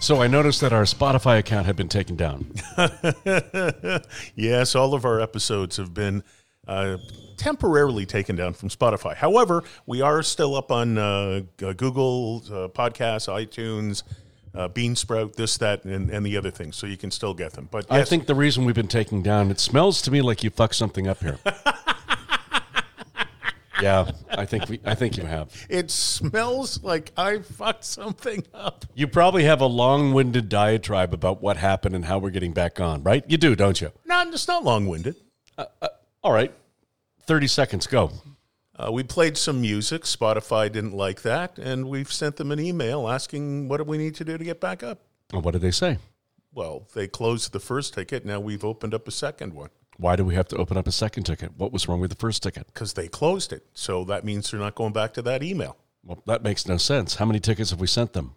So I noticed that our Spotify account had been taken down. yes, all of our episodes have been uh, temporarily taken down from Spotify. However, we are still up on uh, G- Google uh, Podcasts, iTunes, uh, Beansprout, this, that, and, and the other things. So you can still get them. But I yes, think the reason we've been taken down, it smells to me like you fucked something up here. yeah, I think we, I think you have. it smells like I fucked something up. You probably have a long-winded diatribe about what happened and how we're getting back on, right? You do, don't you? No, it's not long winded. All right, thirty seconds, go. Uh, we played some music. Spotify didn't like that. And we've sent them an email asking what do we need to do to get back up. And what did they say? Well, they closed the first ticket. Now we've opened up a second one Why do we have to open up a second ticket? What was wrong with the first ticket? because they closed it. So that means they're not going back to that email. Well, that makes no sense. How many tickets have we sent them?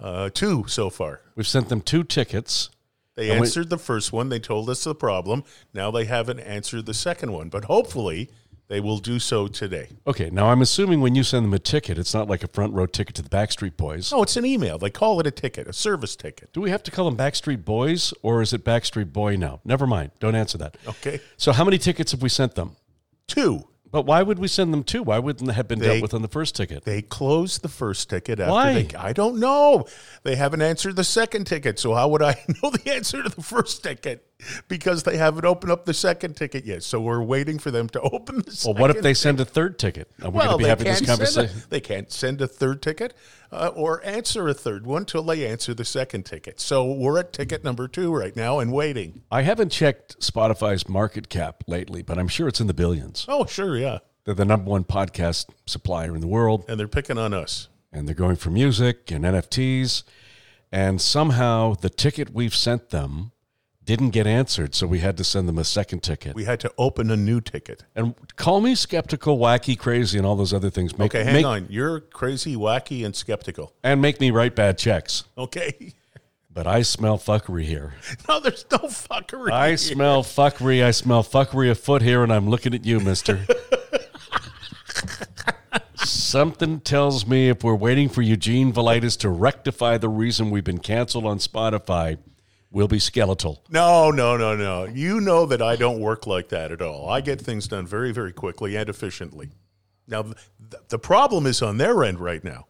Uh, two so far. We've sent them two tickets. They And we- answered the first one. They told us the problem. Now they haven't answered the second one, but hopefully they will do so today. Okay, now I'm assuming when you send them a ticket, it's not like a front row ticket to the Backstreet Boys. No, it's an email. They call it a ticket, a service ticket. Do we have to call them Backstreet Boys or is it Backstreet Boy now? Never mind. Don't answer that. Okay. So, how many tickets have we sent them? Two, But why would we send them two? Why wouldn't they have been They- dealt with on the first ticket? they closed the first ticket after Why? they. I don't know. They haven't answered the second ticket, so how would I know the answer to the first ticket? Because they haven't opened up the second ticket yet. So we're waiting for them to open the Well, second. what if they send a third ticket? Are we going to be having this can't send a- conversation? they can't send a third ticket uh, or answer a third one till they answer the second ticket. So we're at ticket number two right now and waiting. I haven't checked Spotify's market cap lately, but I'm sure it's in the billions. Oh, sure, yeah. They're the number one podcast supplier in the world, And they're picking on us. and they're going for music and NFTs. And somehow the ticket we've sent them didn't get answered, so we had to send them a second ticket. We had to open a new ticket. And call me skeptical, wacky, crazy, and all those other things. Make, Okay, hang make- on. You're crazy, wacky, and skeptical. And make me write bad checks. Okay. But I smell fuckery here. No, there's no fuckery. I smell fuckery. I smell fuckery afoot here, and I'm looking at you, mister. Something tells me if we're waiting for Eugene Velitis to rectify the reason we've been canceled on Spotify, we'll be skeletal. no, no, no, no. You know that I don't work like that at all. I get things done very, very quickly and efficiently. Now, th- the problem is on their end right now.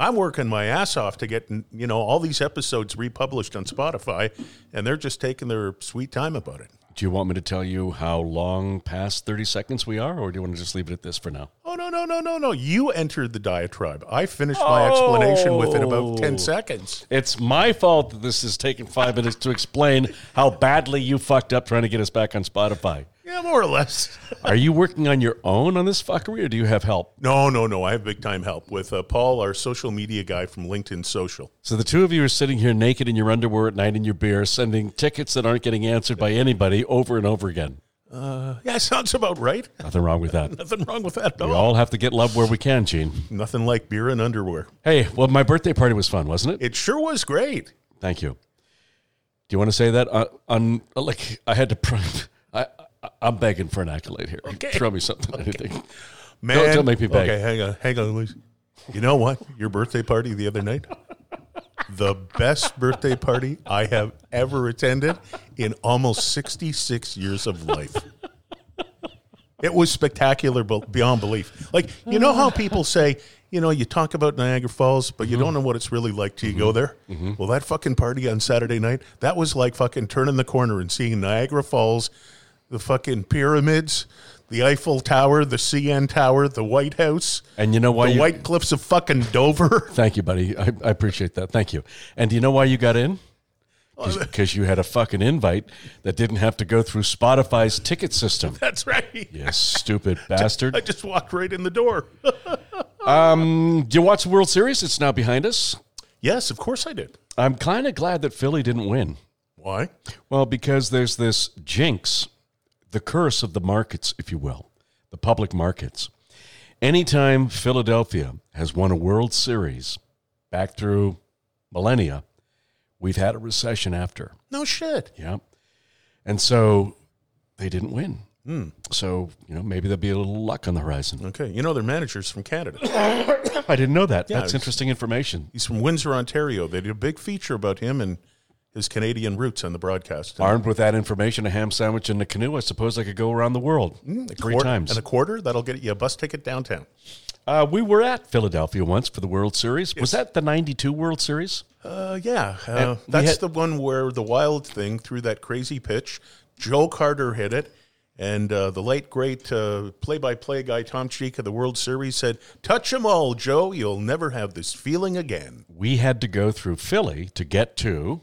I'm working my ass off to get you know all these episodes republished on Spotify, and they're just taking their sweet time about it. Do you want me to tell you how long past 30 seconds we are, or do you want to just leave it at this for now? Oh no no no no no! You entered the diatribe. I finished my explanation within about Oh. ten seconds. It's my fault that this has taken five minutes to explain how badly you fucked up trying to get us back on Spotify. Yeah, more or less. Are you working on your own on this fuckery, or do you have help? No no no! I have big time help with uh, Paul, our social media guy from LinkedIn Social. So the two of you are sitting here naked in your underwear at night in your beer, sending tickets that aren't getting answered by anybody over and over again. Yeah, sounds about right. Nothing wrong with that. Nothing wrong with that at We all. all have to get love where we can, Gene. Nothing like beer and underwear. Hey, well, my birthday party was fun, wasn't it? It sure was great. Thank you. Do you want to say that on, on like I had to? Pr- I, I I'm begging for an accolade here. Throw me something, anything. Man, don't make me beg. Okay, hang on, hang on, Louise. You know what? Your birthday party the other night, the best birthday party I have ever attended in almost 66 years of life. It was spectacular be- beyond belief. Like, you know how people say, you know, you talk about Niagara Falls, but you don't know what it's really like till you go there? Well, that fucking party on Saturday night, that was like fucking turning the corner and seeing Niagara Falls, the fucking pyramids, the Eiffel Tower, the CN Tower, the White House, And you know why the you? White Cliffs of fucking Dover. Thank you, buddy. I, I appreciate that. Thank you. And do you know why you got in? Because you had a fucking invite that didn't have to go through Spotify's ticket system. That's right. You stupid bastard. I just walked right in the door. Did you watch the World Series? It's now behind us. yes, of course I did. I'm kind of glad that Philly didn't win. Why? Well, because there's this jinx, the curse of the markets, if you will, the public markets. Anytime Philadelphia has won a World Series back through millennia, we've had a recession after. No shit. Yeah. And so they didn't win. So, you know, maybe there'll be a little luck on the horizon. Okay. You know, their manager's from Canada. I didn't know that. Yeah, That's it's- interesting information. He's from Windsor, Ontario. They did a big feature about him and his Canadian roots on the broadcast. Armed with that information, a ham sandwich and a canoe, I suppose I could go around the world three Quarter- times. And a quarter, that'll get you a bus ticket downtown. Uh, we were at Philadelphia once for the World Series. Was that the 92 World Series? Uh, yeah, uh, we that's had- the one where the wild thing threw that crazy pitch. Joe Carter hit it, and uh, the late great uh, play-by-play guy Tom Cheek of the World Series said, "Touch 'em all, Joe. You'll never have this feeling again." We had to go through Philly to get to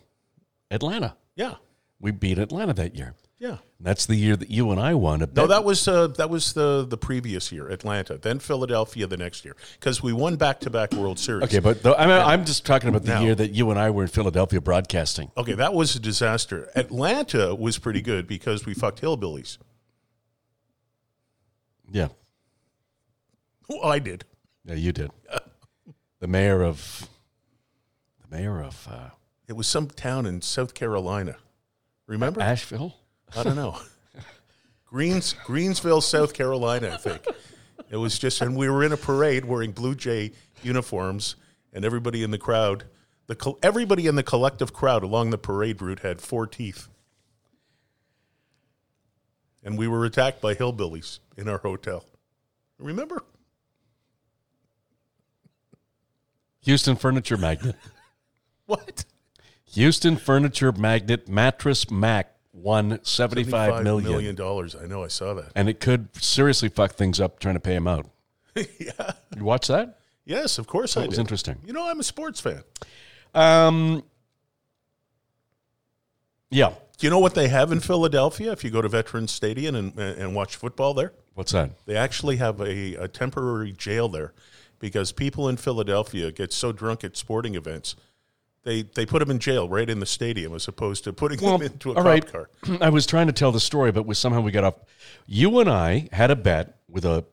Atlanta. Yeah, We beat Atlanta that year. yeah. That's the year that you and I won. A No, bet- that was uh, that was the the previous year, Atlanta, then Philadelphia the next year, because we won back-to-back World Series. okay, but the, I mean, I'm just talking about the No. year that you and I were in Philadelphia broadcasting. Okay, that was a disaster. Atlanta was pretty good because we fucked hillbillies. Yeah, Well, I did. yeah, you did. The mayor of the mayor of uh, It was some town in South Carolina. Remember? Asheville. I don't know. Greens Greensville, South Carolina, I think. It was just, and we were in a parade wearing Blue Jay uniforms, and everybody in the crowd, the col- everybody in the collective crowd along the parade route had four teeth, and we were attacked by hillbillies in our hotel. Remember? Houston Furniture Magnet. What? Houston Furniture Magnet Mattress Mac won 75 million. million dollars. I know. I saw that. And it could seriously fuck things up trying to pay him out. yeah. You watch that? Yes, of course I That was did. interesting. You know, I'm a sports fan. Um, yeah. Do you know what they have in Philadelphia? If you go to Veterans Stadium and, and watch football there, What's that? they actually have a, a temporary jail there because people in Philadelphia get so drunk at sporting events. They, they put them in jail right in the stadium as opposed to putting them into a all cop right. car. I was trying to tell the story, but we somehow we got off. You and I had a bet with a.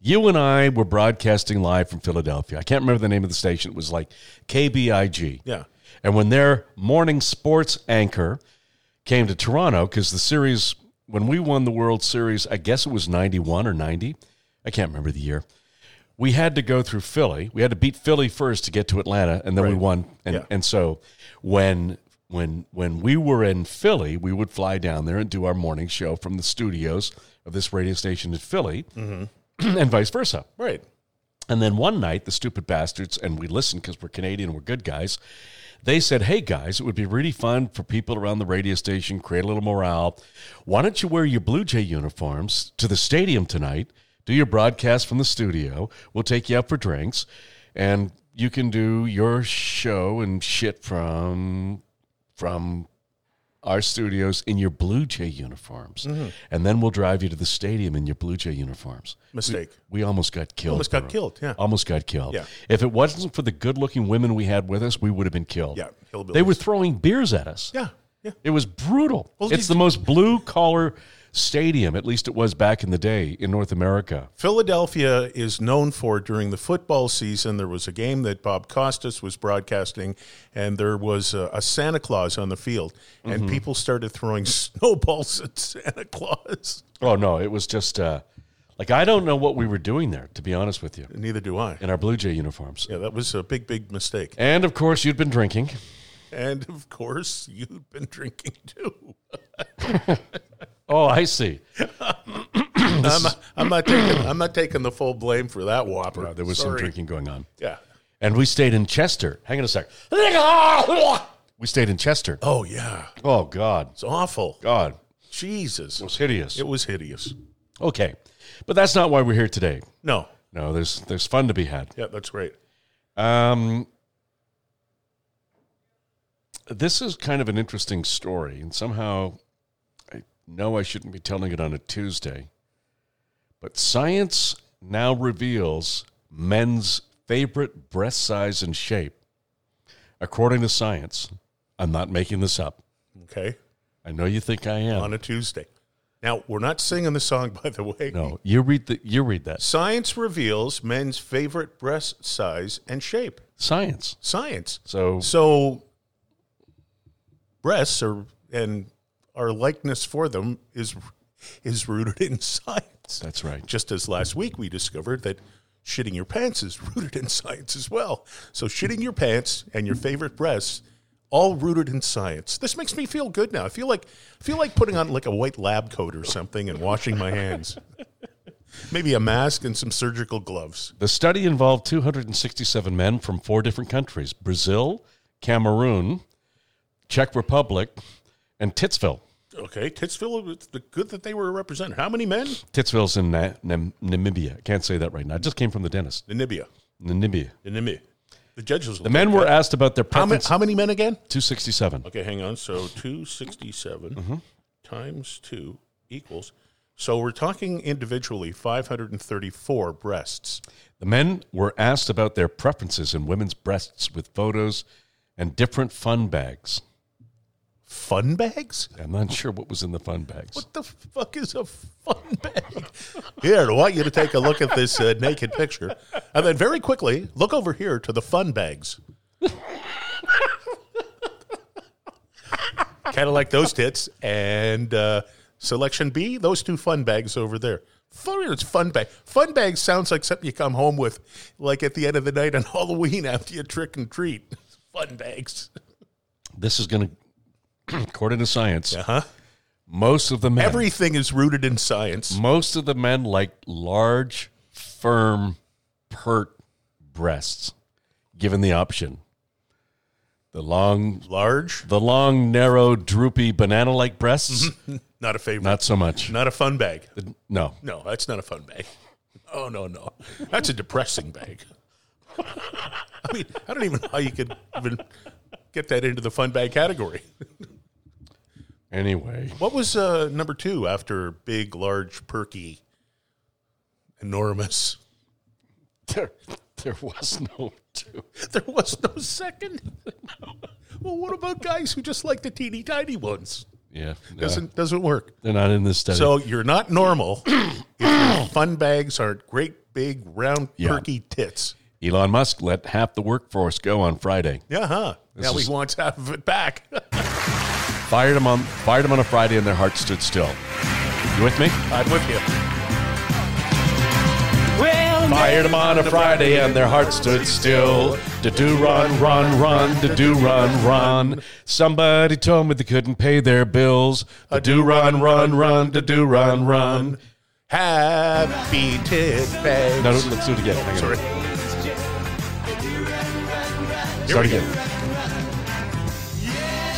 You and I were broadcasting live from Philadelphia. I can't remember the name of the station. It was like KBIG. Yeah. And when their morning sports anchor came to Toronto, because the series, when we won the World Series, I guess it was 91 or 90. I can't remember the year. We had to go through Philly. We had to beat Philly first to get to Atlanta, and then we won. And, Yeah. and so when. When, when we were in Philly, we would fly down there and do our morning show from the studios of this radio station in Philly, and vice versa. Right. And then one night, the stupid bastards, and we listened because we're Canadian, we're good guys. They said, "Hey guys, it would be really fun for people around the radio station create a little morale. Why don't you wear your Blue Jay uniforms to the stadium tonight? Do your broadcast from the studio. We'll take you out for drinks, and you can do your show and shit from from our studios in your Blue Jay uniforms, Mm-hmm. and then we'll drive you to the stadium in your Blue Jay uniforms." Mistake. We almost got killed. Almost got killed. Yeah. Almost got killed. Yeah. If it wasn't for the good-looking women we had with us, we would have been killed. Yeah. Hillbillies. They were throwing beers at us. Yeah. Yeah. It was brutal. Well, it's did the most blue-collar stadium, at least it was back in the day in North America. Philadelphia is known for during the football season. There was a game that Bob Costas was broadcasting, and there was a, a Santa Claus on the field, and Mm-hmm. people started throwing snowballs at Santa Claus. Oh no, it was just uh, like I don't know what we were doing there, to be honest with you, Neither do I. in our Blue Jay uniforms. Yeah, that was a big, big mistake. And of course, you'd been drinking. And of course, you've been drinking too. Oh, I see. I'm, I'm not taking. I'm not taking the full blame for that whopper. There was some Sorry. drinking going on. Yeah. And we stayed in Chester. Hang on a sec. We stayed in Chester. Oh yeah, Oh God. it's awful. God. Jesus, It was hideous. it was hideous. Okay, but that's not why we're here today. No. No, there's there's fun to be had. Yeah, that's right. Um, this is kind of an interesting story, and somehow I know I shouldn't be telling it on a Tuesday, but science now reveals men's favorite breast size and shape. According to science, I'm not making this up. Okay. I know you think I am. on a Tuesday. Now, we're not singing the song, by the way. No, you read the you read that Science reveals men's favorite breast size and shape. science. Science. So So, breasts are and our likeness for them is is rooted in science. That's right. Just as last week we discovered that shitting your pants is rooted in science as well. So shitting your pants and your favorite breasts all rooted in science. This makes me feel good now. I feel like I feel like putting on like a white lab coat or something and washing my hands. Maybe a mask and some surgical gloves. The study involved 267 men from four different countries Brazil, Cameroon, Czech Republic, and Titsville. Okay, Titsville, it's the- good that they were represented. How many men? Titsville's in Na- Nam- Namibia. I can't say that right now. I just came from the dentist. Namibia. Namibia. Namibia. The judges. The men were asked about their How many, preference. how many men again? 267. Okay, hang on. So 267 times 2 equals. So we're talking individually 534 breasts. The men were asked about their preferences in women's breasts with photos and different fun bags. Fun bags? I'm not sure what was in the fun bags. What the fuck is a fun bag? Here, I want you to take a look at this uh, naked picture. And then very quickly, look over here to the fun bags. kind of like those tits. And uh, selection B, those two fun bags over there. Fun, it's fun bag. Fun bag sounds like something you come home with, like at the end of the night on Halloween after you trick and treat. Fun bags. This is going to, according to science, Uh-huh. most of the men. Everything is rooted in science. Most of the men like large, firm, pert breasts, given the option. The long, Large, the long, narrow, droopy, banana-like breasts, not a favorite. not so much. Not a fun bag. Mm-hmm. No, No, that's not a fun bag. Oh no, no, that's a depressing bag. I mean, I don't even know how you could even get that into the fun bag category. anyway, What was uh, number two after big, large, perky, enormous? there, there was no two. There was no second. Well, what about guys who just like the teeny tiny ones? Yeah, no, Doesn't doesn't work. they're not in this study. So you're not normal. if your fun bags aren't great, big, round, perky tits. Elon Musk let half the workforce go on Friday. Yeah, huh? Now is- he wants half of it back. Fired him on, fired him on a Friday, and their hearts stood still. You with me? I'm with you. Fired them on a Friday and their hearts stood still. To do run, run, run, to do run, run. Somebody told me they couldn't pay their bills. To do run, run, run, to do run, run. Happy tit bags. No, no, let's do it again. Hang on. Sorry. Start again.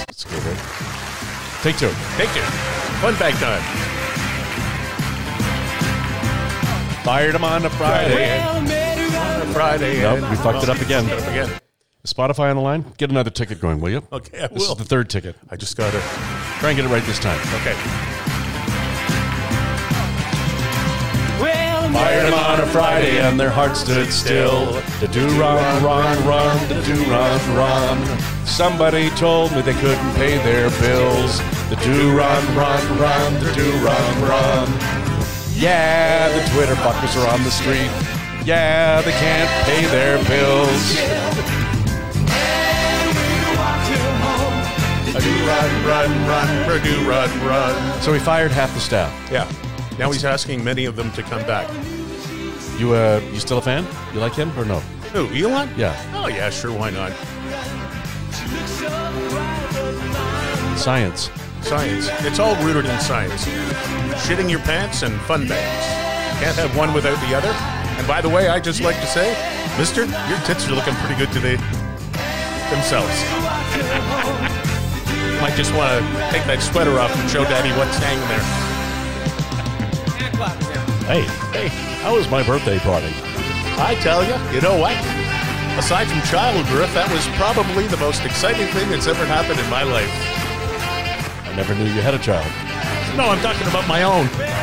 Let's go there. Take two. Thank you. Fun bag time. Fired them on a Friday. On a Friday. Nope, and- we fucked it up again. Fucked it up again. Spotify on the line? Get another ticket going, will you? Okay, I This will. is the third ticket. I just got it. Try and get it right this time. Okay. Fired them on a Friday and their hearts stood still. To do run, run, run, to do run, run. Somebody told me they couldn't pay their bills. To do run, run, run, to do run, run. Yeah, the Twitter fuckers are on the street. Yeah, they can't pay their bills. Do run, run, run, do run, run. So he fired half the staff. Yeah. Now he's asking many of them to come back. You uh, you still a fan? You like him or no? Who, Elon? Yeah. Oh, yeah, sure, why not? Science. Science. It's all rooted in science. Shitting your pants and fun bags. Can't have one without the other. And by the way, I just like to say, Mister, your tits are looking pretty good today. Themselves. Might just want to take that sweater off and show Daddy what's hanging there. Hey, hey, how was my birthday party? I tell you, you know what? Aside from childbirth, that was probably the most exciting thing that's ever happened in my life. I never knew you had a child. No, I'm talking about my own.